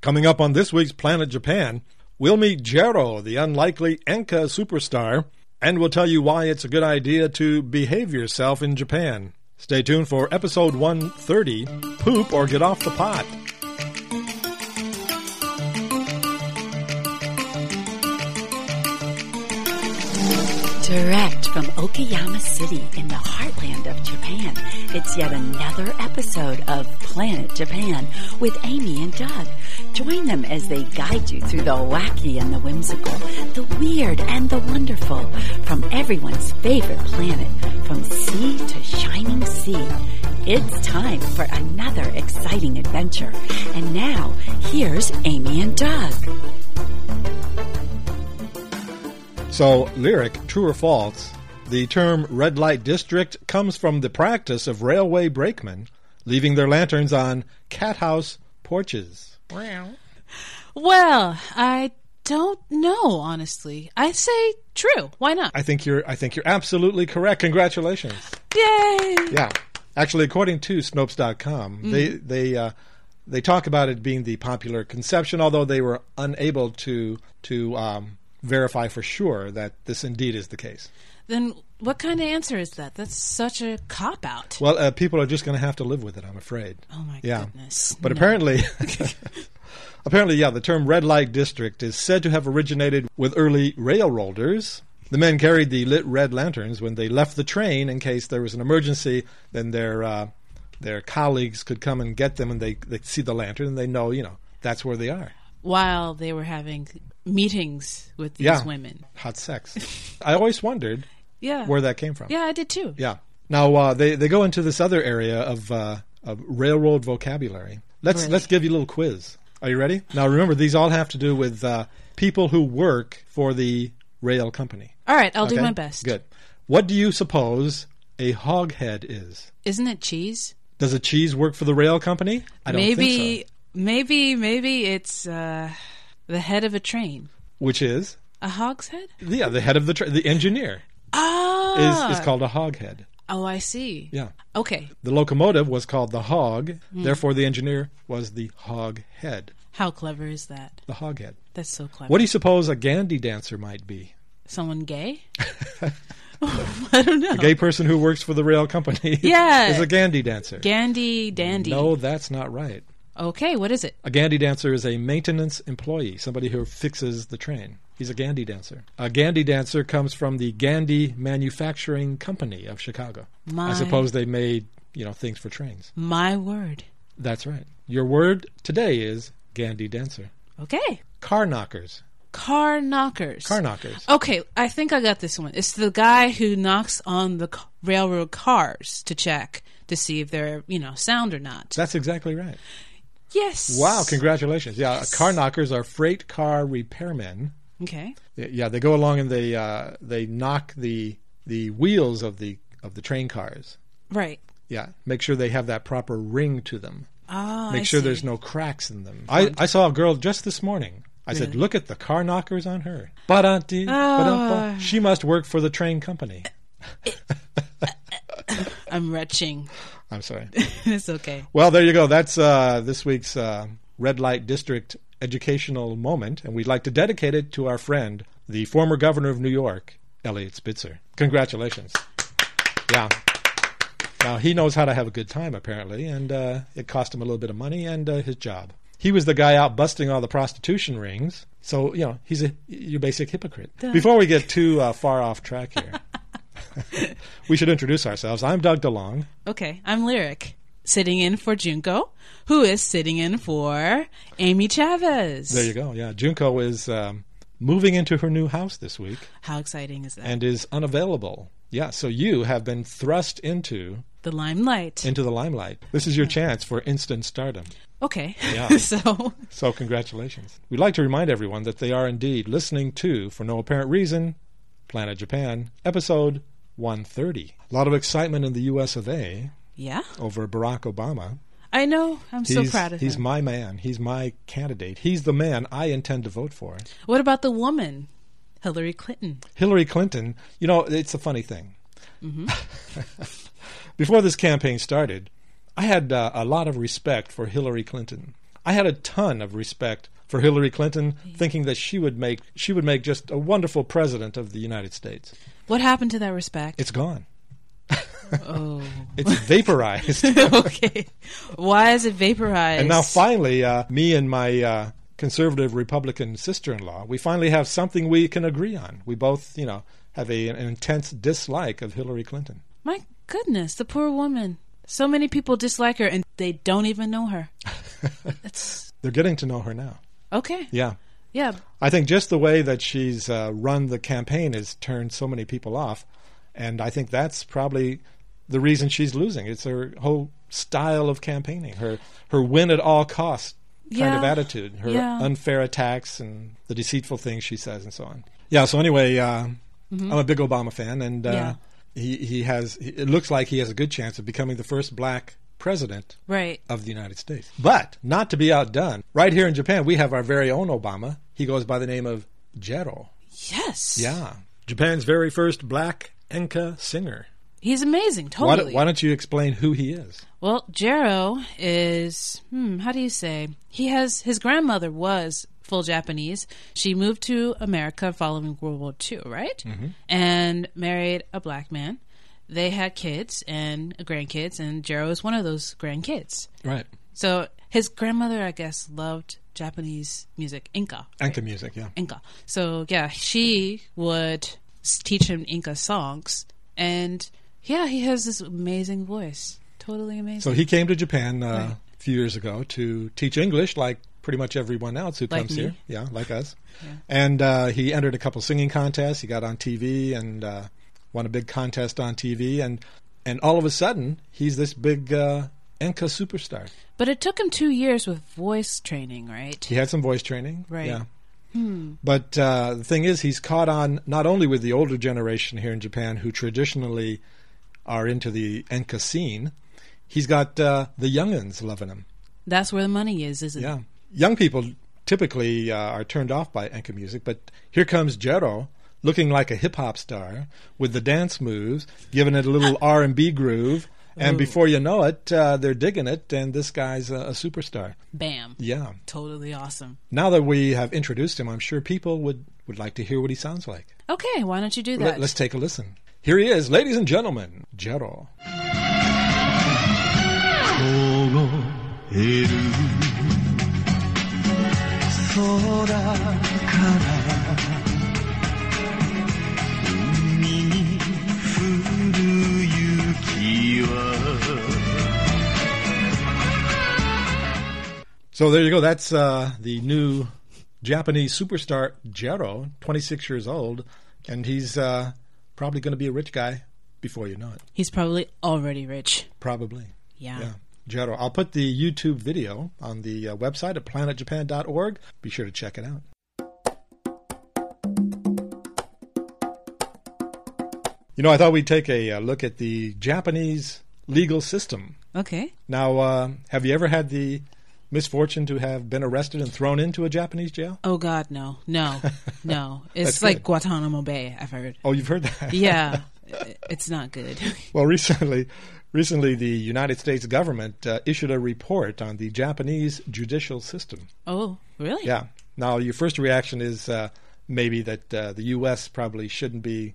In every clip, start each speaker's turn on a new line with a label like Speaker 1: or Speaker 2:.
Speaker 1: Coming up on this week's Planet Japan, we'll meet Jero, the unlikely Enka superstar, and we'll tell you why it's a good idea to behave yourself in Japan. Stay tuned for episode 130 Poop or Get Off the Pot.
Speaker 2: Direct from Okayama City in the heartland of Japan, it's yet another episode of Planet Japan with Amy and Doug. Join them as they guide you through the wacky and the whimsical, the weird and the wonderful, from everyone's favorite planet, from sea to shining sea. It's time for another exciting adventure. And now, here's Amy and Doug.
Speaker 1: So, lyric, true or false, the term red light district comes from the practice of railway brakemen leaving their lanterns on cat house porches.
Speaker 3: Well, I don't know, honestly. I say true. Why not?
Speaker 1: I think you're I think you're absolutely correct. Congratulations.
Speaker 3: Yay!
Speaker 1: Yeah. Actually, according to Snopes.com, they they uh, they talk about it being the popular conception, although they were unable to to um, verify for sure that this indeed is the case.
Speaker 3: Then what kind of answer is that? That's such a cop out.
Speaker 1: Well, uh, people are just going to have to live with it, I'm afraid.
Speaker 3: oh my
Speaker 1: yeah.
Speaker 3: goodness.
Speaker 1: But
Speaker 3: No.
Speaker 1: apparently, apparently, yeah, the term red light district is said to have originated with early railroaders. The men carried the lit red lanterns when they left the train in case there was an emergency. Then their uh, their colleagues could come and get them, and they they see the lantern and they know, you know, that's where they are.
Speaker 3: while they were having meetings with these
Speaker 1: yeah,
Speaker 3: women.
Speaker 1: hot sex. I always wondered
Speaker 3: Yeah.
Speaker 1: where that came from.
Speaker 3: yeah, I did too.
Speaker 1: Yeah. Now uh, they they go into this other area of uh, of railroad vocabulary. Let's
Speaker 3: Really?
Speaker 1: let's give you a little quiz. Are you ready? Now remember, these all have to do with uh, people who work for the rail company.
Speaker 3: All right, I'll do
Speaker 1: Okay?
Speaker 3: my best.
Speaker 1: Good. What do you suppose a hoghead is?
Speaker 3: Isn't it cheese?
Speaker 1: Does a cheese work for the rail company? I don't
Speaker 3: maybe
Speaker 1: think so.
Speaker 3: maybe maybe it's uh, the head of a train.
Speaker 1: Which is
Speaker 3: A hogshead?
Speaker 1: yeah, the head of the tra- the engineer is
Speaker 3: Ah.
Speaker 1: is called a hoghead.
Speaker 3: oh, I see.
Speaker 1: Yeah.
Speaker 3: Okay.
Speaker 1: The locomotive was called the hog,
Speaker 3: Hmm.
Speaker 1: therefore the engineer was the hoghead.
Speaker 3: How clever is that?
Speaker 1: The hoghead.
Speaker 3: That's so clever.
Speaker 1: What do you suppose a Gandhi dancer might be?
Speaker 3: someone gay? I don't know.
Speaker 1: A gay person who works for the rail company
Speaker 3: Yeah.
Speaker 1: is a Gandhi dancer.
Speaker 3: Gandy dandy.
Speaker 1: No, that's not right.
Speaker 3: Okay, what is it?
Speaker 1: A Gandhi dancer is a maintenance employee, somebody who fixes the train. He's a Gandhi dancer. A Gandhi dancer comes from the Gandhi Manufacturing Company of Chicago. I
Speaker 3: My-
Speaker 1: suppose they made, you know, things for trains.
Speaker 3: My word.
Speaker 1: That's right. Your word today is Gandhi dancer.
Speaker 3: Okay.
Speaker 1: Car knockers.
Speaker 3: Car knockers.
Speaker 1: Car knockers.
Speaker 3: Okay, I think I got this one. It's the guy who knocks on the c- railroad cars to check to see if they're, you know, sound or not.
Speaker 1: That's exactly right.
Speaker 3: yes.
Speaker 1: Wow, congratulations. Yeah, car knockers are freight car repairmen.
Speaker 3: Okay.
Speaker 1: Yeah, they go along and they uh, they knock the the wheels of the of the train cars.
Speaker 3: Right.
Speaker 1: Yeah, make sure they have that proper ring to them.
Speaker 3: Oh,
Speaker 1: Make
Speaker 3: I
Speaker 1: sure
Speaker 3: see.
Speaker 1: there's no cracks in them. I, I saw a girl just this morning. I said, look at the car knockers on her. Ba-da-dee,
Speaker 3: Oh.
Speaker 1: ba-da-ba. She must work for the train company.
Speaker 3: I'm retching.
Speaker 1: I'm sorry.
Speaker 3: it's okay.
Speaker 1: Well, there you go. That's uh, this week's uh, Red Light District educational moment, and we'd like to dedicate it to our friend, the former governor of New York, Elliot Spitzer. Congratulations. Yeah. Now, he knows how to have a good time, apparently, and uh, it cost him a little bit of money and uh, his job. He was the guy out busting all the prostitution rings, so, you know, he's a, your basic hypocrite. Before we get too uh, far off track here, we should introduce ourselves. I'm Doug DeLong.
Speaker 3: Okay. I'm Lyric, sitting in for Junko, who is sitting in for Amy Chavez.
Speaker 1: There you go. Yeah, Junko is um, moving into her new house this week
Speaker 3: How exciting is that?
Speaker 1: and is unavailable. Yeah, so you have been thrust into
Speaker 3: the limelight.
Speaker 1: into the limelight. This is your chance for instant stardom.
Speaker 3: okay.
Speaker 1: Yeah.
Speaker 3: so,
Speaker 1: So congratulations. We'd like to remind everyone that they are indeed listening to, for no apparent reason, Planet Japan, episode 130. A lot of excitement in the U.S. of A.
Speaker 3: yeah.
Speaker 1: over Barack Obama.
Speaker 3: I know. I'm so
Speaker 1: he's,
Speaker 3: proud of
Speaker 1: He's
Speaker 3: him.
Speaker 1: my man. He's my candidate. He's the man I intend to vote for.
Speaker 3: what about the woman? Hillary Clinton.
Speaker 1: Hillary Clinton, you know, it's a funny thing. Before this campaign started, I had uh, a lot of respect for Hillary Clinton. I I had a ton of respect for Hillary Clinton, thinking that she would make she would make just a wonderful president of the United States.
Speaker 3: What happened to that respect?
Speaker 1: It's gone.
Speaker 3: oh,
Speaker 1: It's vaporized.
Speaker 3: okay. Why is it vaporized?
Speaker 1: And now finally, uh, me and my uh, conservative Republican sister-in-law, we finally have something we can agree on. We both, you know, have a, an intense dislike of Hillary Clinton.
Speaker 3: My goodness, the poor woman. So many people dislike her, and they don't even know her. That's
Speaker 1: They're getting to know her now.
Speaker 3: okay.
Speaker 1: Yeah.
Speaker 3: Yeah,
Speaker 1: I think just the way that she's uh, run the campaign has turned so many people off, and I think that's probably the reason she's losing. It's her whole style of campaigning, her her win at all costs kind of
Speaker 3: Yeah.
Speaker 1: attitude, her
Speaker 3: Yeah.
Speaker 1: unfair attacks and the deceitful things she says and so on. Yeah. So anyway, uh, I'm a big Obama fan, and uh,
Speaker 3: Mm-hmm. Yeah.
Speaker 1: he he has. he- It looks like he has a good chance of becoming the first black president
Speaker 3: right.
Speaker 1: of the United States. But not to be outdone, right here in Japan, we have our very own Obama. He goes by the name of Jero.
Speaker 3: Yes.
Speaker 1: Yeah. Japan's very first black Enka singer.
Speaker 3: He's amazing.
Speaker 1: Why,
Speaker 3: Totally.
Speaker 1: don't- why don't you explain who he is?
Speaker 3: Well, Jero is, hmm, how do you say? He has, his grandmother was full Japanese. She moved to America following World War II, right? And married a black man. They had kids and grandkids, and Jero is one of those grandkids.
Speaker 1: Right.
Speaker 3: So his grandmother, I guess, loved Japanese music, Inca.
Speaker 1: Enka music, yeah.
Speaker 3: Inca. So yeah, she would s- teach him Inca songs, and yeah, he has this amazing voice, totally amazing.
Speaker 1: So he came to Japan uh, a few years ago to teach English, like pretty much everyone else who
Speaker 3: Like
Speaker 1: comes
Speaker 3: me.
Speaker 1: here. Yeah, like us. And uh, he entered a couple singing contests. He got on TV and uh, won a big contest on TV. And, and all of a sudden, he's this big uh, Enka superstar.
Speaker 3: but it took him two years with voice training, right?
Speaker 1: He had some voice training.
Speaker 3: Right. Hmm.
Speaker 1: Yeah. But uh, the thing is, he's caught on not only with the older generation here in Japan, who traditionally are into the Enka scene, he's got uh, the youngins loving him.
Speaker 3: That's where the money is, isn't
Speaker 1: Yeah.
Speaker 3: it?
Speaker 1: Young people typically uh, are turned off by Enka music, but here comes Jero looking like a hip hop star with the dance moves, giving it a little R and B groove, and before you know it, uh, they're digging it, and this guy's a, a superstar.
Speaker 3: Bam.
Speaker 1: Yeah.
Speaker 3: Totally awesome.
Speaker 1: Now that we have introduced him, I'm sure people would would like to hear what he sounds like.
Speaker 3: Okay, why don't you do that?
Speaker 1: Let, us take a listen. Here he is, ladies and gentlemen, Jero.
Speaker 4: 凍える空から海に降る雪は
Speaker 1: So there you go. That's uh, the new Japanese superstar Jero, 26 years old, and he's uh, probably going to be a rich guy before you know it.
Speaker 3: He's probably already rich.
Speaker 1: Probably.
Speaker 3: Yeah.
Speaker 1: Yeah. Jero. I'll put the YouTube video on the uh, website at planetjapan.org. Be sure to check it out. You know, I thought we'd take a uh, look at the Japanese legal system.
Speaker 3: Okay.
Speaker 1: Now, uh, have you ever had the misfortune to have been arrested and thrown into a Japanese jail?
Speaker 3: Oh God, no, no, no.
Speaker 1: That's
Speaker 3: It's like
Speaker 1: good.
Speaker 3: Guantanamo Bay. I've heard.
Speaker 1: Oh, you've heard that.
Speaker 3: Yeah, i- it's not good.
Speaker 1: Well, recently, recently the United States government uh, issued a report on the Japanese judicial system.
Speaker 3: oh, really?
Speaker 1: Yeah. Now, your first reaction is uh, maybe that uh, the U.S. probably shouldn't be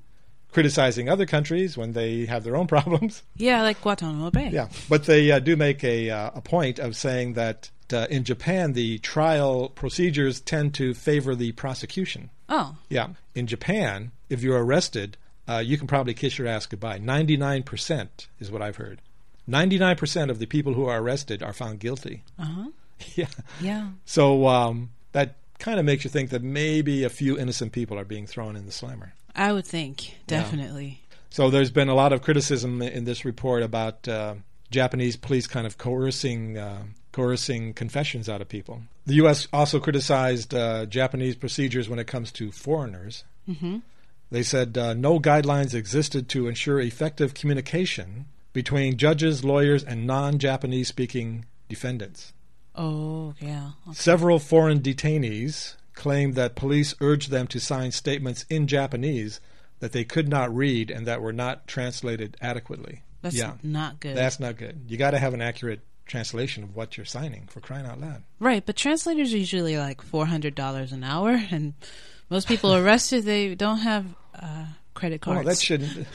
Speaker 1: criticizing other countries when they have their own problems.
Speaker 3: Yeah, like Guantanamo Bay.
Speaker 1: Yeah, but they uh, do make a uh, a point of saying that uh, in Japan the trial procedures tend to favor the prosecution.
Speaker 3: Oh,
Speaker 1: Yeah, in Japan, if you're arrested, uh, you can probably kiss your ass goodbye. Ninety nine percent is what I've heard. Ninety nine percent of the people who are arrested are found guilty.
Speaker 3: uh huh.
Speaker 1: Yeah,
Speaker 3: Yeah.
Speaker 1: so um, that kind of makes you think that maybe a few innocent people are being thrown in the slammer.
Speaker 3: I would think, definitely.
Speaker 1: So there's been a lot of criticism in this report about uh, Japanese police kind of coercing uh, coercing confessions out of people. The U.S. also criticized uh, Japanese procedures when it comes to foreigners. Mm-hmm. They said uh, no guidelines existed to ensure effective communication between judges, lawyers, and non-Japanese speaking defendants.
Speaker 3: Oh, yeah.
Speaker 1: Several foreign detainees claimed that police urged them to sign statements in Japanese that they could not read and that were not translated adequately.
Speaker 3: That's
Speaker 1: yeah,
Speaker 3: not good.
Speaker 1: that's not good. You got to have an accurate translation of what you're signing for crying out loud.
Speaker 3: Right, but translators are usually like four hundred dollars an hour, and most people arrested they don't have uh, credit
Speaker 1: Well,
Speaker 3: cards.
Speaker 1: that shouldn't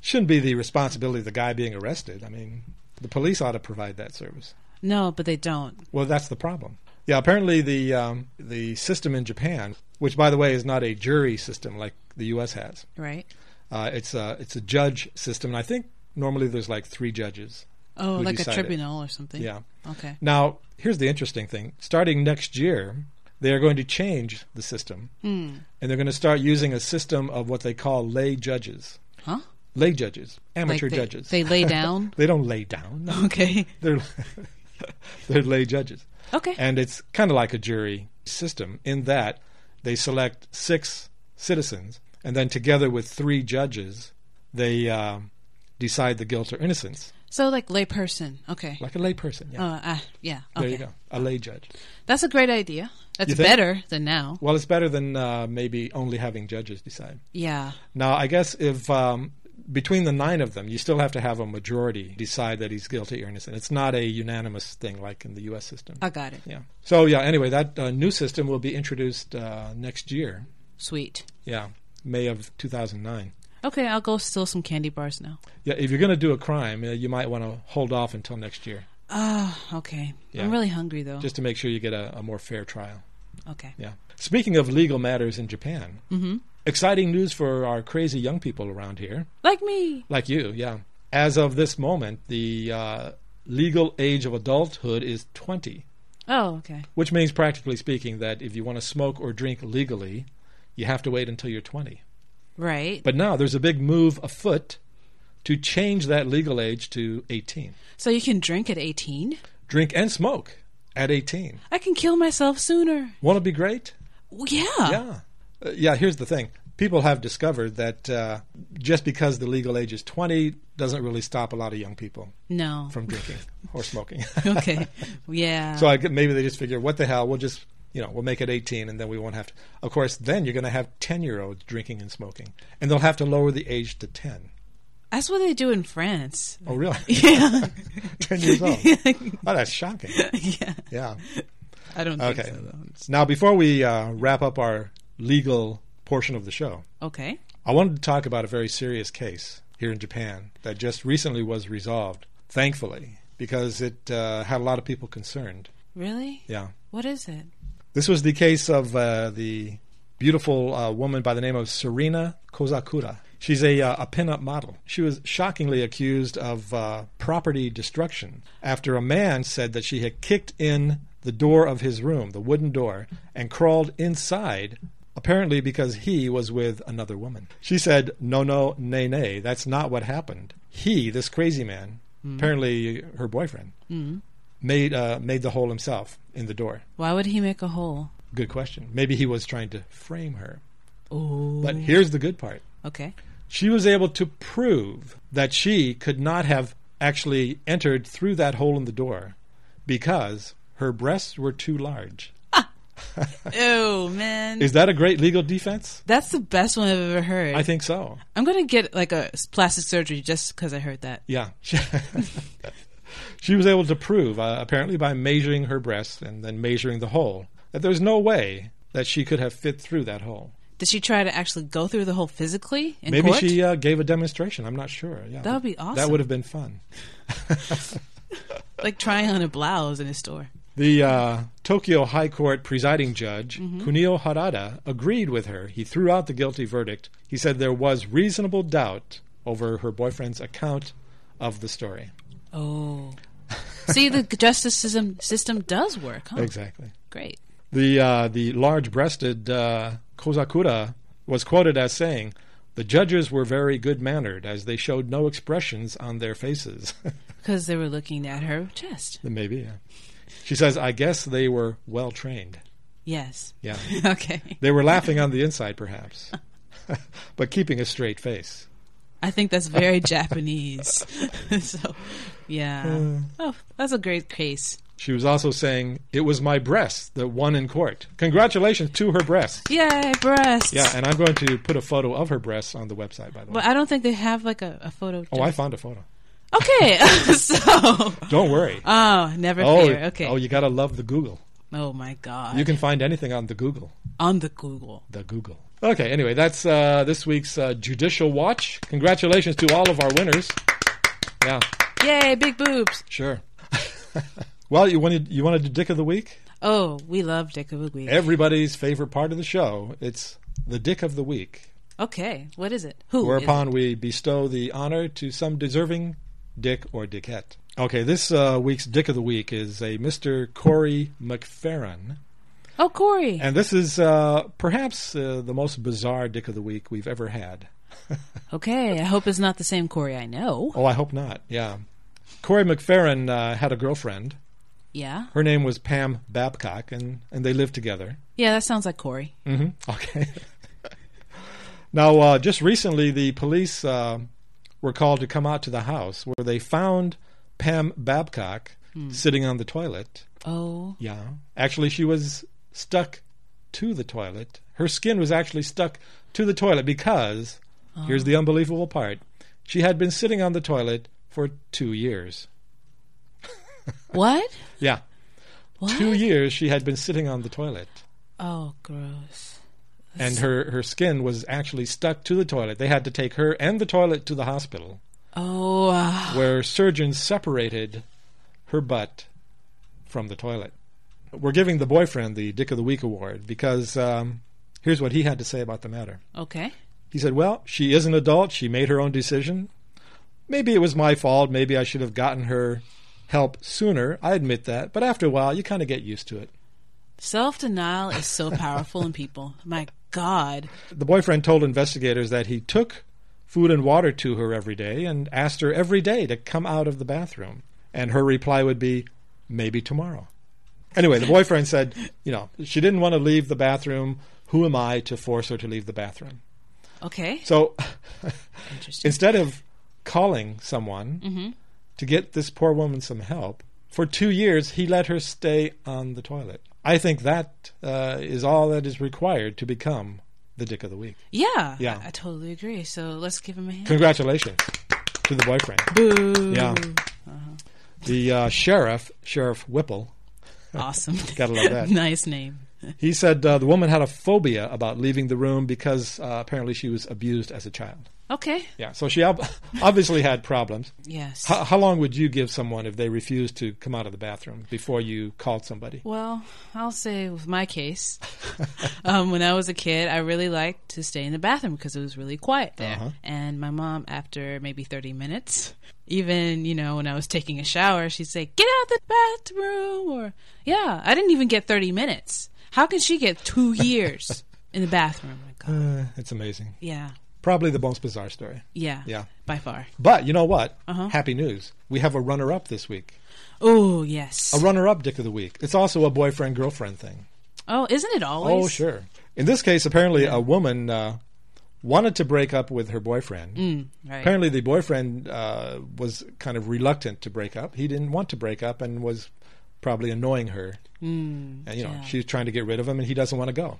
Speaker 1: shouldn't be the responsibility of the guy being arrested. I mean, the police ought to provide that service.
Speaker 3: no, but they don't.
Speaker 1: Well, that's the problem. Yeah, apparently the um, the system in Japan, which by the way is not a jury system like the U.S. has,
Speaker 3: Right?
Speaker 1: uh, it's a it's a judge system, and I think normally there's like three judges.
Speaker 3: Oh,
Speaker 1: who
Speaker 3: like a
Speaker 1: decide it.
Speaker 3: tribunal or something.
Speaker 1: Yeah.
Speaker 3: Okay.
Speaker 1: Now, here's the interesting thing. Starting next year, they are going to change the system,
Speaker 3: Hmm.
Speaker 1: and they're going to start using a system of what they call lay judges,
Speaker 3: Huh?
Speaker 1: lay judges,
Speaker 3: Like
Speaker 1: amateur
Speaker 3: they,
Speaker 1: judges.
Speaker 3: They lay down.
Speaker 1: They don't lay down. No.
Speaker 3: okay.
Speaker 1: they're they're lay judges,
Speaker 3: Okay.
Speaker 1: and it's kind of like a jury system in that they select six citizens, and then together with three judges, they um decide the guilt or innocence,
Speaker 3: so like layperson. Okay.
Speaker 1: like a lay person. Yeah.
Speaker 3: uh, ah, yeah. Okay.
Speaker 1: there you go, a lay judge.
Speaker 3: That's a great idea. That's
Speaker 1: You think?
Speaker 3: better than now.
Speaker 1: Well, it's better than uh, maybe only having judges decide.
Speaker 3: Yeah.
Speaker 1: Now, I guess if um, between the nine of them, you still have to have a majority decide that he's guilty or innocent. It's not a unanimous thing like in the U.S. system.
Speaker 3: I got it.
Speaker 1: Yeah. So yeah. Anyway, that uh, new system will be introduced uh, next year.
Speaker 3: Sweet.
Speaker 1: Yeah, May of 2009.
Speaker 3: Okay, I'll go steal some candy bars now.
Speaker 1: Yeah, if you're going to do a crime, uh, you might want to hold off until next year,
Speaker 3: Ah, okay.
Speaker 1: Yeah.
Speaker 3: I'm really hungry though.
Speaker 1: just to make sure you get a, a more fair trial.
Speaker 3: okay.
Speaker 1: Yeah. Speaking of legal matters in Japan, exciting news for our crazy young people around here,
Speaker 3: Like me.
Speaker 1: like you. Yeah. As of this moment, the uh, legal age of adulthood is 20.
Speaker 3: Oh, okay.
Speaker 1: Which means, practically speaking, that if you want to smoke or drink legally, you have to wait until you're 20.
Speaker 3: Right.
Speaker 1: But now there's a big move afoot to change that legal age to 18.
Speaker 3: so you can drink at 18?
Speaker 1: Drink and smoke at 18.
Speaker 3: I can kill myself sooner.
Speaker 1: Won't it be great?
Speaker 3: Well, yeah.
Speaker 1: Yeah. Uh, yeah, here's the thing. People have discovered that uh, just because the legal age is 20 doesn't really stop a lot of young people
Speaker 3: No.
Speaker 1: from drinking or smoking.
Speaker 3: okay. Yeah.
Speaker 1: so I, g- maybe they just figure, what the hell? We'll just, you know, we'll make it 18 and then we won't have to. Of course, then you're going to have 10 year olds drinking and smoking, and they'll have to lower the age to 10.
Speaker 3: That's what they do in France.
Speaker 1: Oh, really?
Speaker 3: Yeah.
Speaker 1: 10 years old. Oh, that's shocking.
Speaker 3: yeah.
Speaker 1: Yeah.
Speaker 3: I don't think
Speaker 1: Okay.
Speaker 3: so though.
Speaker 1: Now, before we uh, wrap up our legal portion of the show,
Speaker 3: Okay.
Speaker 1: I wanted to talk about a very serious case here in Japan that just recently was resolved, thankfully, because it uh, had a lot of people concerned.
Speaker 3: Really?
Speaker 1: Yeah.
Speaker 3: What is it?
Speaker 1: This was the case of uh, the beautiful uh, woman by the name of Serena Kozakura. She's a, uh, a pinup model. She was shockingly accused of uh, property destruction after a man said that she had kicked in the door of his room, the wooden door, and crawled inside, apparently because he was with another woman. She said, No, no, nay, nay, that's not what happened. He, this crazy man, apparently her boyfriend, made, uh, made the hole himself in the door.
Speaker 3: Why would he make a hole?
Speaker 1: Good question. Maybe he was trying to frame her.
Speaker 3: Oh.
Speaker 1: But here's the good part
Speaker 3: Okay.
Speaker 1: she was able to prove that she could not have actually entered through that hole in the door because her breasts were too large.
Speaker 3: Oh man.
Speaker 1: Is that a great legal defense?
Speaker 3: That's the best one I've ever heard.
Speaker 1: I think so.
Speaker 3: I'm gonna get like a s- plastic surgery just because I heard that.
Speaker 1: Yeah. She, she was able to prove, uh, apparently by measuring her breasts and then measuring the hole, that there's no way that she could have fit through that hole.
Speaker 3: Did she try to actually go through the hole physically in
Speaker 1: Maybe
Speaker 3: court?
Speaker 1: she uh, gave a demonstration. I'm not sure. Yeah,
Speaker 3: That would be
Speaker 1: That
Speaker 3: awesome.
Speaker 1: would have been fun.
Speaker 3: like trying on a blouse in a store.
Speaker 1: The uh, Tokyo High Court presiding judge, Kunio Harada, agreed with her. He threw out the guilty verdict. He said there was reasonable doubt over her boyfriend's account of the story.
Speaker 3: Oh. See, the justice system system does work. Huh?
Speaker 1: Exactly.
Speaker 3: Great.
Speaker 1: The, uh, the large breasted uh, Kozakura was quoted as saying, The judges were very good mannered as they showed no expressions on their faces.
Speaker 3: Because they were looking at her chest.
Speaker 1: Maybe, yeah. She says, I guess they were well trained.
Speaker 3: Yes.
Speaker 1: Yeah.
Speaker 3: okay.
Speaker 1: They were laughing on the inside, perhaps, but keeping a straight face.
Speaker 3: I think that's very Japanese. so,
Speaker 1: Uh.
Speaker 3: yeah. Oh, that's a great case.
Speaker 1: She was also saying, It was my breasts that won in court. Congratulations to her breasts.
Speaker 3: Yay, breasts.
Speaker 1: Yeah, and I'm going to put a photo of her breasts on the website, by the way.
Speaker 3: But I don't think they have like a, a photo.
Speaker 1: Oh, I found a photo.
Speaker 3: Okay, so
Speaker 1: Don't worry.
Speaker 3: oh, never fear. Okay.
Speaker 1: oh, you gotta love the Google.
Speaker 3: Oh my god.
Speaker 1: You can find anything on the Google.
Speaker 3: on the Google.
Speaker 1: The Google. Okay. Anyway, that's uh, this week's uh, Judicial Watch. Congratulations to all of our winners. Yeah,
Speaker 3: Yay, big boobs.
Speaker 1: sure. well, you wanted you wanted to dick of the week.
Speaker 3: Oh, we love Dick of the Week.
Speaker 1: Eh. Everybody's favorite part of the show. It's the dick of the week,
Speaker 3: okay, what is it? Who? is
Speaker 1: whereupon we bestow the honor to some deserving dick or dickette. Okay, this uh, week's dick of the week is a Mr. Corey McFerrin.
Speaker 3: it? Oh, Corey.
Speaker 1: And this is uh, perhaps uh, the most bizarre dick of the week we've ever had.
Speaker 3: Okay, I hope it's not the same Corey I know.
Speaker 1: Oh, I hope not. Yeah. Corey McFerrin uh, had a girlfriend.
Speaker 3: Yeah.
Speaker 1: Her name was Pam Babcock, and, and they lived together.
Speaker 3: Yeah, that sounds like Corey.
Speaker 1: hmm Okay. now, uh, just recently, the police uh, were called to come out to the house where they found Pam Babcock sitting on the toilet.
Speaker 3: Oh,
Speaker 1: Yeah. Actually, she was stuck to the toilet. Her skin was actually stuck to the toilet because, here's the unbelievable part, she had been sitting on the toilet for two years.
Speaker 3: what?
Speaker 1: Yeah.
Speaker 3: What?
Speaker 1: Two years she had been sitting on the toilet.
Speaker 3: Oh, gross.
Speaker 1: And her, her skin was actually stuck to the toilet. They had to take her and the toilet to the hospital,
Speaker 3: Oh, uh,
Speaker 1: where surgeons separated her butt from the toilet. We're giving the boyfriend the Dick of the Week award because um, here's what he had to say about the matter.
Speaker 3: okay.
Speaker 1: He said, Well, she is an adult. She made her own decision. Maybe it was my fault. Maybe I should have gotten her help sooner. I admit that. But after a while, you kind of get used to it.
Speaker 3: Self denial is so powerful in people. My God.
Speaker 1: The boyfriend told investigators that he took food and water to her every day and asked her every day to come out of the bathroom. And her reply would be, Maybe tomorrow. Anyway, the boyfriend said, You know, she didn't want to leave the bathroom. Who am I to force her to leave the bathroom?
Speaker 3: Okay.
Speaker 1: So
Speaker 3: Interesting.
Speaker 1: instead of calling someone to get this poor woman some help, for two years he let her stay on the toilet. I think that uh, is all that is required to become the dick of the week.
Speaker 3: yeah.
Speaker 1: Yeah.
Speaker 3: I, I totally agree. So let's give him a hand.
Speaker 1: Congratulations to the boyfriend.
Speaker 3: Boo.
Speaker 1: Yeah. The uh, sheriff, Sheriff Whipple,
Speaker 3: Awesome.
Speaker 1: Gotta love that.
Speaker 3: nice name.
Speaker 1: he said uh, the woman had a phobia about leaving the room because uh, apparently she was abused as a child.
Speaker 3: Okay.
Speaker 1: Yeah, so she ob- obviously had problems.
Speaker 3: Yes.
Speaker 1: How, how long would you give someone if they refused to come out of the bathroom before you called somebody?
Speaker 3: Well, I'll say with my case, um, when I was a kid, I really liked to stay in the bathroom because it was really quiet there.
Speaker 1: Uh-huh.
Speaker 3: And my mom, after maybe 30 minutes, even, you know, when I was taking a shower, she'd say, Get out the bathroom. Or, yeah, I didn't even get 30 minutes. How can she get two years in the bathroom? My God.
Speaker 1: Uh, it's amazing.
Speaker 3: Yeah.
Speaker 1: Probably the most bizarre story.
Speaker 3: Yeah.
Speaker 1: Yeah.
Speaker 3: By far.
Speaker 1: But you know what?
Speaker 3: Uh-huh.
Speaker 1: Happy news. We have a runner up this week.
Speaker 3: Oh, yes.
Speaker 1: A runner up dick of the week. It's also a boyfriend girlfriend thing.
Speaker 3: oh, isn't it always?
Speaker 1: Oh, sure. In this case, apparently a woman uh, wanted to break up with her boyfriend.
Speaker 3: Right.
Speaker 1: Apparently, the boyfriend uh, was kind of reluctant to break up. He didn't want to break up and was probably annoying her. Mm, and, you know,
Speaker 3: yeah.
Speaker 1: she's trying to get rid of him and he doesn't want to go.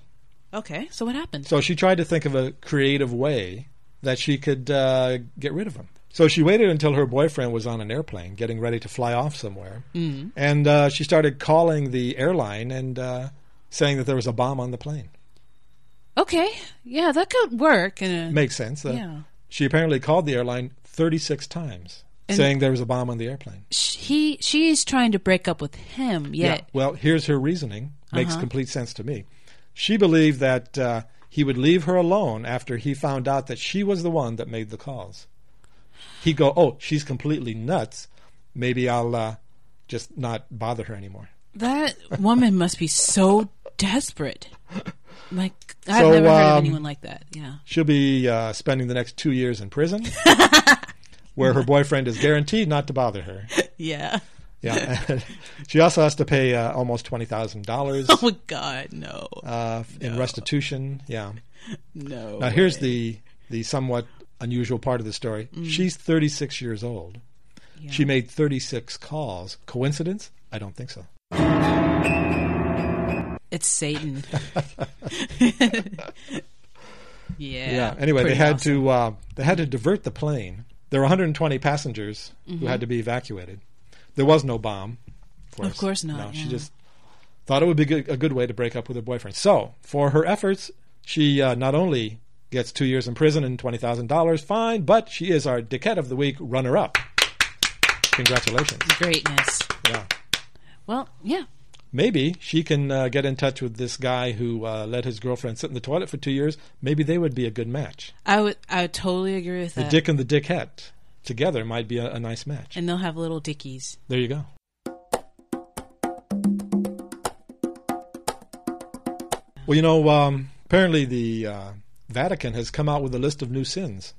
Speaker 3: Okay. So what happened?
Speaker 1: So she tried to think of a creative way that she could uh, get rid of him. So she waited until her boyfriend was on an airplane, getting ready to fly off somewhere, mm. and uh, she started calling the airline and uh, saying that there was a bomb on the plane.
Speaker 3: Okay. Yeah, that could work. In a,
Speaker 1: Makes sense. Uh,
Speaker 3: Yeah.
Speaker 1: She apparently called the airline 36 times, saying there was a bomb on the airplane.
Speaker 3: sh- he she's trying to break up with him yet
Speaker 1: Well, here's her reasoning. Makes complete sense to me. She believed that uh, he would leave her alone after he found out that she was the one that made the calls. He'd go, "Oh, she's completely nuts. Maybe I'll uh, just not bother her anymore."
Speaker 3: that woman must be so desperate like i've
Speaker 1: So,
Speaker 3: never heard of
Speaker 1: um,
Speaker 3: anyone like that yeah
Speaker 1: She'll be uh, spending the next two years in prison, where her boyfriend is guaranteed not to bother her.
Speaker 3: yeah
Speaker 1: Yeah, she also has to pay uh, almost twenty thousand dollars
Speaker 3: oh god no
Speaker 1: uh, in restitution. Yeah.
Speaker 3: no
Speaker 1: Now here's the the somewhat unusual part of the story. She's 36 years old. She made 36 calls. Coincidence? I don't think so.
Speaker 3: it's satan yeah
Speaker 1: Anyway, they
Speaker 3: pretty
Speaker 1: had
Speaker 3: awesome.
Speaker 1: to uh, they had to divert the plane There were 120 passengers who
Speaker 3: Mm-hmm.
Speaker 1: had to be evacuated. There was no bomb. Of course,
Speaker 3: course not,
Speaker 1: No, she
Speaker 3: yeah.
Speaker 1: just thought it would be good, a good way to break up with her boyfriend. So, for her efforts, she uh, not only gets two years in prison and $20,000 fine, but she is our Dickhead of the Week runner up. Congratulations.
Speaker 3: Greatness.
Speaker 1: Yeah.
Speaker 3: Well, yeah.
Speaker 1: Maybe she can uh, get in touch with this guy who uh, let his girlfriend sit in the toilet for two years. Maybe they would be a good match.
Speaker 3: I would I would totally agree with that.
Speaker 1: Dick and the Dickhead together might be a, a nice match.
Speaker 3: and they'll have little dickies.
Speaker 1: There you go. Well, you know, um, apparently the uh, Vatican has come out with a list of new sins.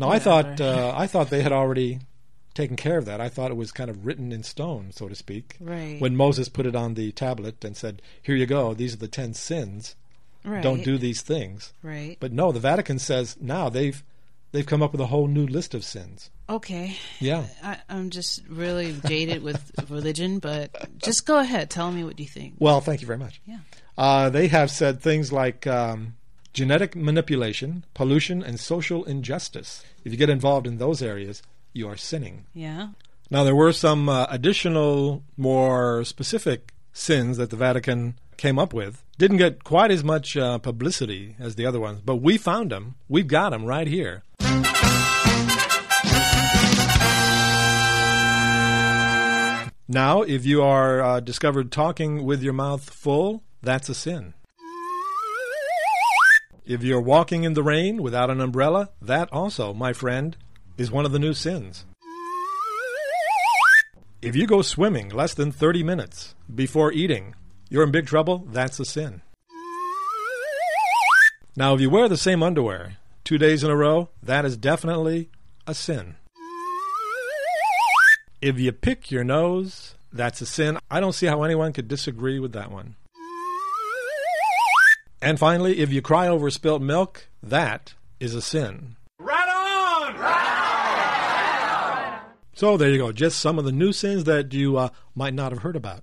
Speaker 1: Now, I thought uh, I thought they had already taken care of that. I thought it was kind of written in stone, so to speak.
Speaker 3: Right.
Speaker 1: When Moses put it on the tablet and said, "Here you go. These are the ten sins.
Speaker 3: Right.
Speaker 1: Don't do these things."
Speaker 3: Right.
Speaker 1: But no, the Vatican says now they've they've come up with a whole new list of sins.
Speaker 3: okay.
Speaker 1: Yeah.
Speaker 3: I, I'm just really jaded with religion, but just go ahead. Tell me what you think.
Speaker 1: Well, thank you very much.
Speaker 3: Yeah.
Speaker 1: Uh, they have said things like um, genetic manipulation, pollution, and social injustice. If you get involved in those areas, you are sinning.
Speaker 3: Yeah.
Speaker 1: Now, there were some uh, additional, more specific sins that the Vatican came up with. Didn't get quite as much uh, publicity as the other ones, but we found them. We've got them right here. Now, if you are uh, discovered talking with your mouth full, that's a sin. If you're walking in the rain without an umbrella, that also, my friend, is one of the new sins. If you go swimming less than 30 minutes before eating, you're in big trouble. That's a sin. Now, if you wear the same underwear two days in a row, that is definitely a sin. If you pick your nose, that's a sin. I don't see how anyone could disagree with that one. And finally, if you cry over spilt milk, that is a sin. So there you go. Just some of the new sins that you uh, might not have heard about.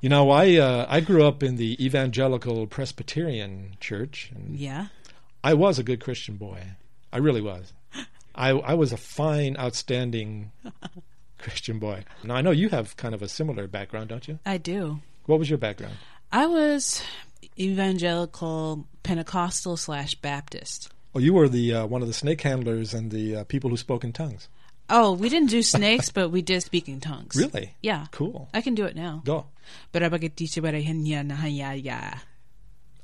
Speaker 1: You know, I uh, I grew up in the evangelical Presbyterian church, and
Speaker 3: Yeah.
Speaker 1: I was a good Christian boy. I really was. I I was a fine, outstanding Christian boy. Now I know you have kind of a similar background, don't you?
Speaker 3: I do.
Speaker 1: What was your background?
Speaker 3: I was evangelical Pentecostal slash Baptist.
Speaker 1: Oh, you were the uh, one of the snake handlers and the uh, people who spoke in tongues.
Speaker 3: Oh, we didn't do snakes, but we did speak in tongues.
Speaker 1: Really?
Speaker 3: Yeah.
Speaker 1: Cool.
Speaker 3: I can do it now.
Speaker 1: Go.
Speaker 3: Barabagadichibarahinyanahiya.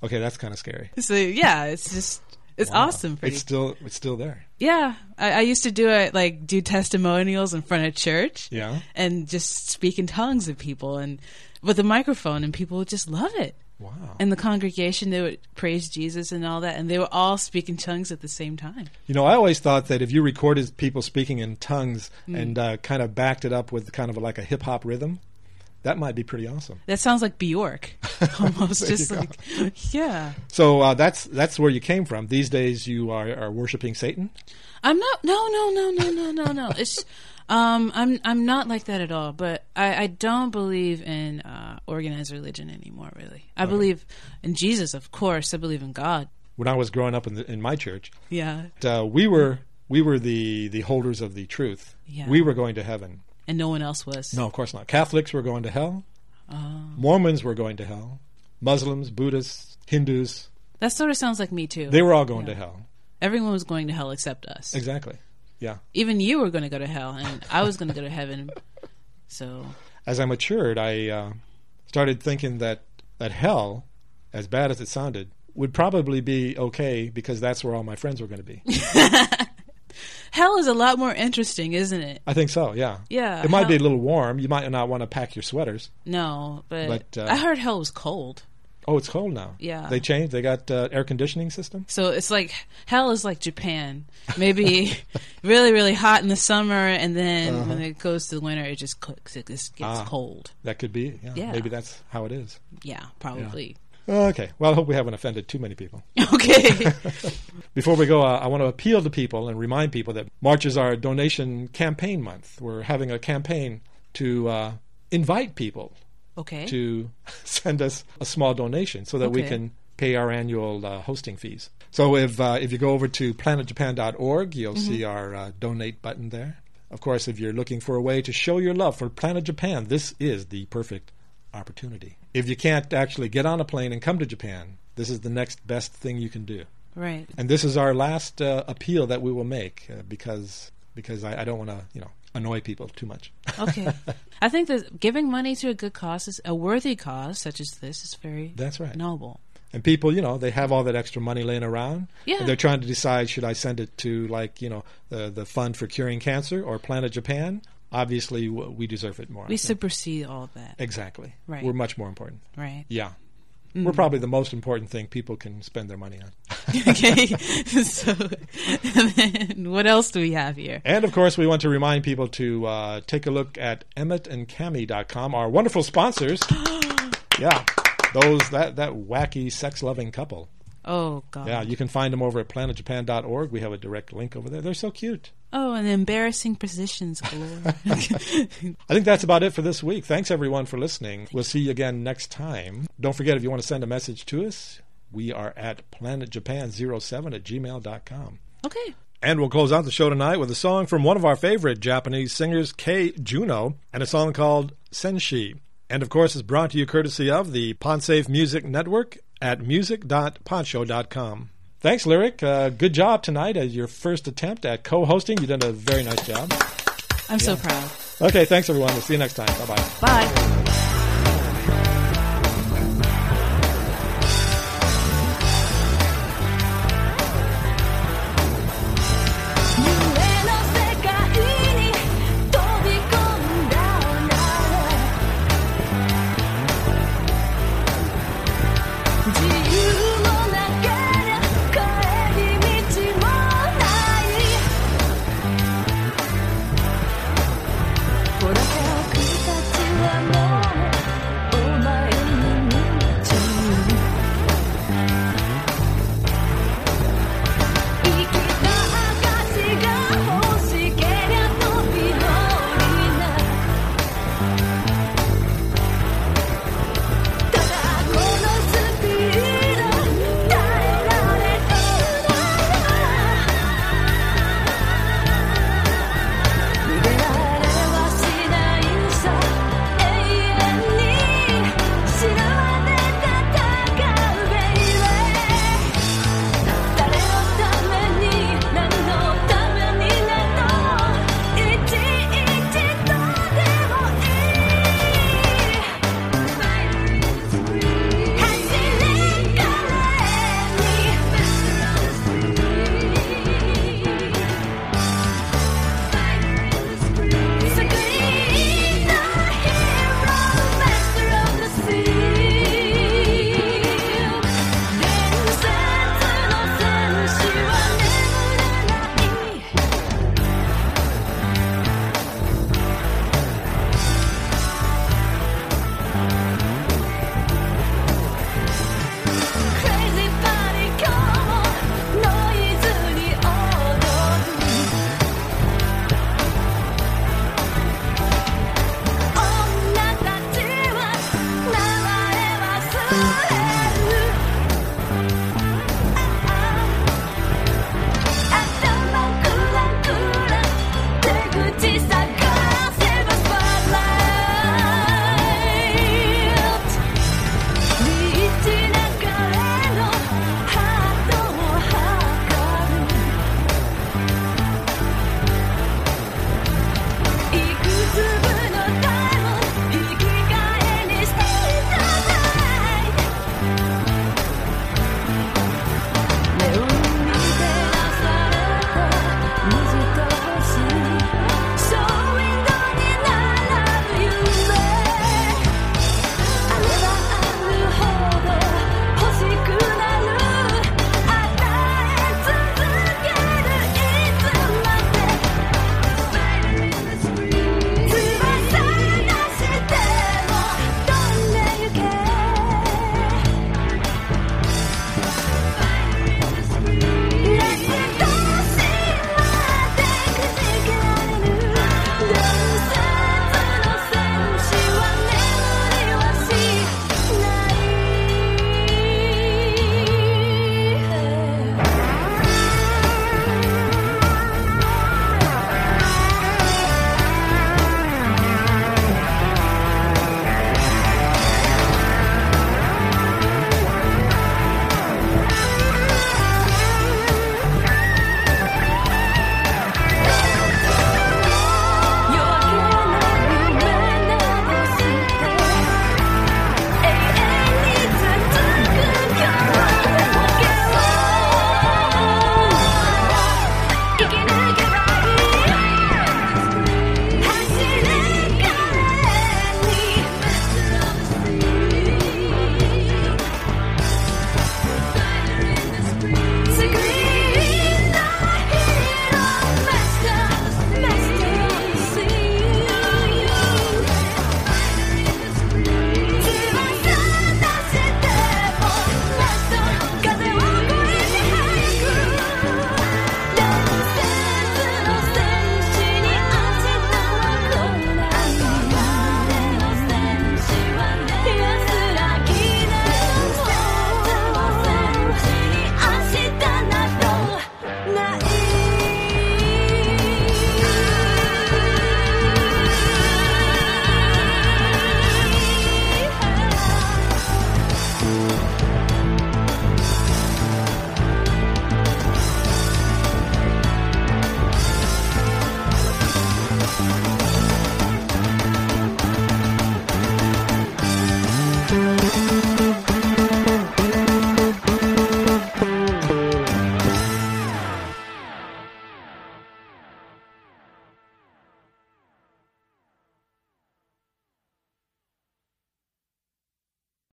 Speaker 1: Okay, that's kind of scary.
Speaker 3: So yeah, it's just it's
Speaker 1: Wow.
Speaker 3: awesome for you.
Speaker 1: It's still it's still there.
Speaker 3: Yeah, I, I used to do it like do testimonials in front of church.
Speaker 1: Yeah.
Speaker 3: and just speak in tongues to people and with a microphone, and people would just love it.
Speaker 1: Wow.
Speaker 3: And the congregation, they would praise Jesus and all that, and they were all speaking tongues at the same time.
Speaker 1: you know, I always thought that if you recorded people speaking in tongues
Speaker 3: Mm.
Speaker 1: and uh, kind of backed it up with kind of like a hip hop rhythm, that might be pretty awesome.
Speaker 3: That sounds like Bjork, almost
Speaker 1: There you
Speaker 3: just
Speaker 1: go.
Speaker 3: like yeah.
Speaker 1: So uh, that's that's where you came from. These days, you are, are worshiping Satan.
Speaker 3: I'm not. No, no, no, no, no, no, no. It's. Um, I'm I'm not like that at all, but I, I don't believe in uh, organized religion anymore. Really, I believe in Jesus, of course. I believe in God.
Speaker 1: When I was growing up in the, in my church,
Speaker 3: Yeah,
Speaker 1: uh, we were we were the the holders of the truth.
Speaker 3: Yeah.
Speaker 1: We were going to heaven.
Speaker 3: and no one else was.
Speaker 1: No, of course not. Catholics were going to hell.
Speaker 3: Oh.
Speaker 1: Mormons were going to hell. Muslims, Buddhists, Hindus,
Speaker 3: That sort of sounds like me too.
Speaker 1: they were all going to hell.
Speaker 3: Everyone was going to hell except us.
Speaker 1: Exactly. Yeah.
Speaker 3: Even you were going to go to hell, and I was going to go to heaven. So
Speaker 1: as I matured, I uh, started thinking that that hell, as bad as it sounded, would probably be okay because that's where all my friends were going to be.
Speaker 3: hell is a lot more interesting, isn't it?
Speaker 1: I think so. Yeah.
Speaker 3: Yeah,
Speaker 1: It might be a
Speaker 3: hell-
Speaker 1: little warm. You might not want to pack your sweaters.
Speaker 3: No, but,
Speaker 1: But, uh,
Speaker 3: I heard hell was cold.
Speaker 1: Oh, it's cold now.
Speaker 3: Yeah.
Speaker 1: They changed. They got uh, air conditioning system.
Speaker 3: So it's like hell is like Japan. Maybe really, really hot in the summer, and then when it goes to the winter, it just cooks. It just gets
Speaker 1: Uh-huh. Ah.
Speaker 3: cold.
Speaker 1: That could be. it. Yeah.
Speaker 3: Yeah.
Speaker 1: Maybe that's how it is.
Speaker 3: Yeah, probably.
Speaker 1: Okay. Well, I hope we haven't offended too many people.
Speaker 3: Okay.
Speaker 1: Before we go, uh, I want to appeal to people and remind people that March is our donation campaign month. We're having a campaign to uh, invite people
Speaker 3: okay.
Speaker 1: to send us a small donation so that we
Speaker 3: Okay.
Speaker 1: can pay our annual uh, hosting fees. So if uh, if you go over to planetjapan.org, you'll see our uh, donate button there. Of course, if you're looking for a way to show your love for Planet Japan, this is the perfect opportunity. If you can't actually get on a plane and come to Japan, this is the next best thing you can do.
Speaker 3: Right.
Speaker 1: And this is our last uh, appeal that we will make uh, because because I, I don't want to you know annoy people too much.
Speaker 3: Okay. I think that giving money to a good cause is a worthy cause, such as this, is very
Speaker 1: That's right.
Speaker 3: noble.
Speaker 1: And people, you know, they have all that extra money laying around.
Speaker 3: Yeah.
Speaker 1: And they're trying to decide should I send it to, like, you know, the, the Fund for Curing Cancer or Planet Japan? Obviously, w- we deserve it more.
Speaker 3: We supersede all that.
Speaker 1: exactly.
Speaker 3: Right. Mm.
Speaker 1: We're much more important.
Speaker 3: Right.
Speaker 1: Yeah. We're probably the most important thing people can spend their money on.
Speaker 3: okay. so, then what else do we have here?
Speaker 1: And of course, we want to remind people to uh, take a look at emmettandcammy.com, our wonderful sponsors. yeah. Those, that, that wacky sex loving couple.
Speaker 3: Oh, God.
Speaker 1: Yeah. You can find them over at planetjapan.org. We have a direct link over there. They're so cute.
Speaker 3: Oh, and embarrassing positions galore.
Speaker 1: I think that's about it for this week. Thanks everyone for listening. We'll see you again next time. Don't forget if you want to send a message to us, we are at planetjapan07 at gmail.com.
Speaker 3: okay.
Speaker 1: And we'll close out the show tonight with a song from one of our favorite Japanese singers, Kei Juno, and a song called Senshi. And of course, it's brought to you courtesy of the Ponsafe Music Network at music.poncho.com. Thanks, Lyric. Uh, good job tonight as your first attempt at co hosting. You did a very nice job.
Speaker 3: I'm so proud.
Speaker 1: Okay, thanks everyone. We'll see you next time. Bye bye.
Speaker 3: Bye.
Speaker 5: 「夢の世界に飛び込んだなら」「自由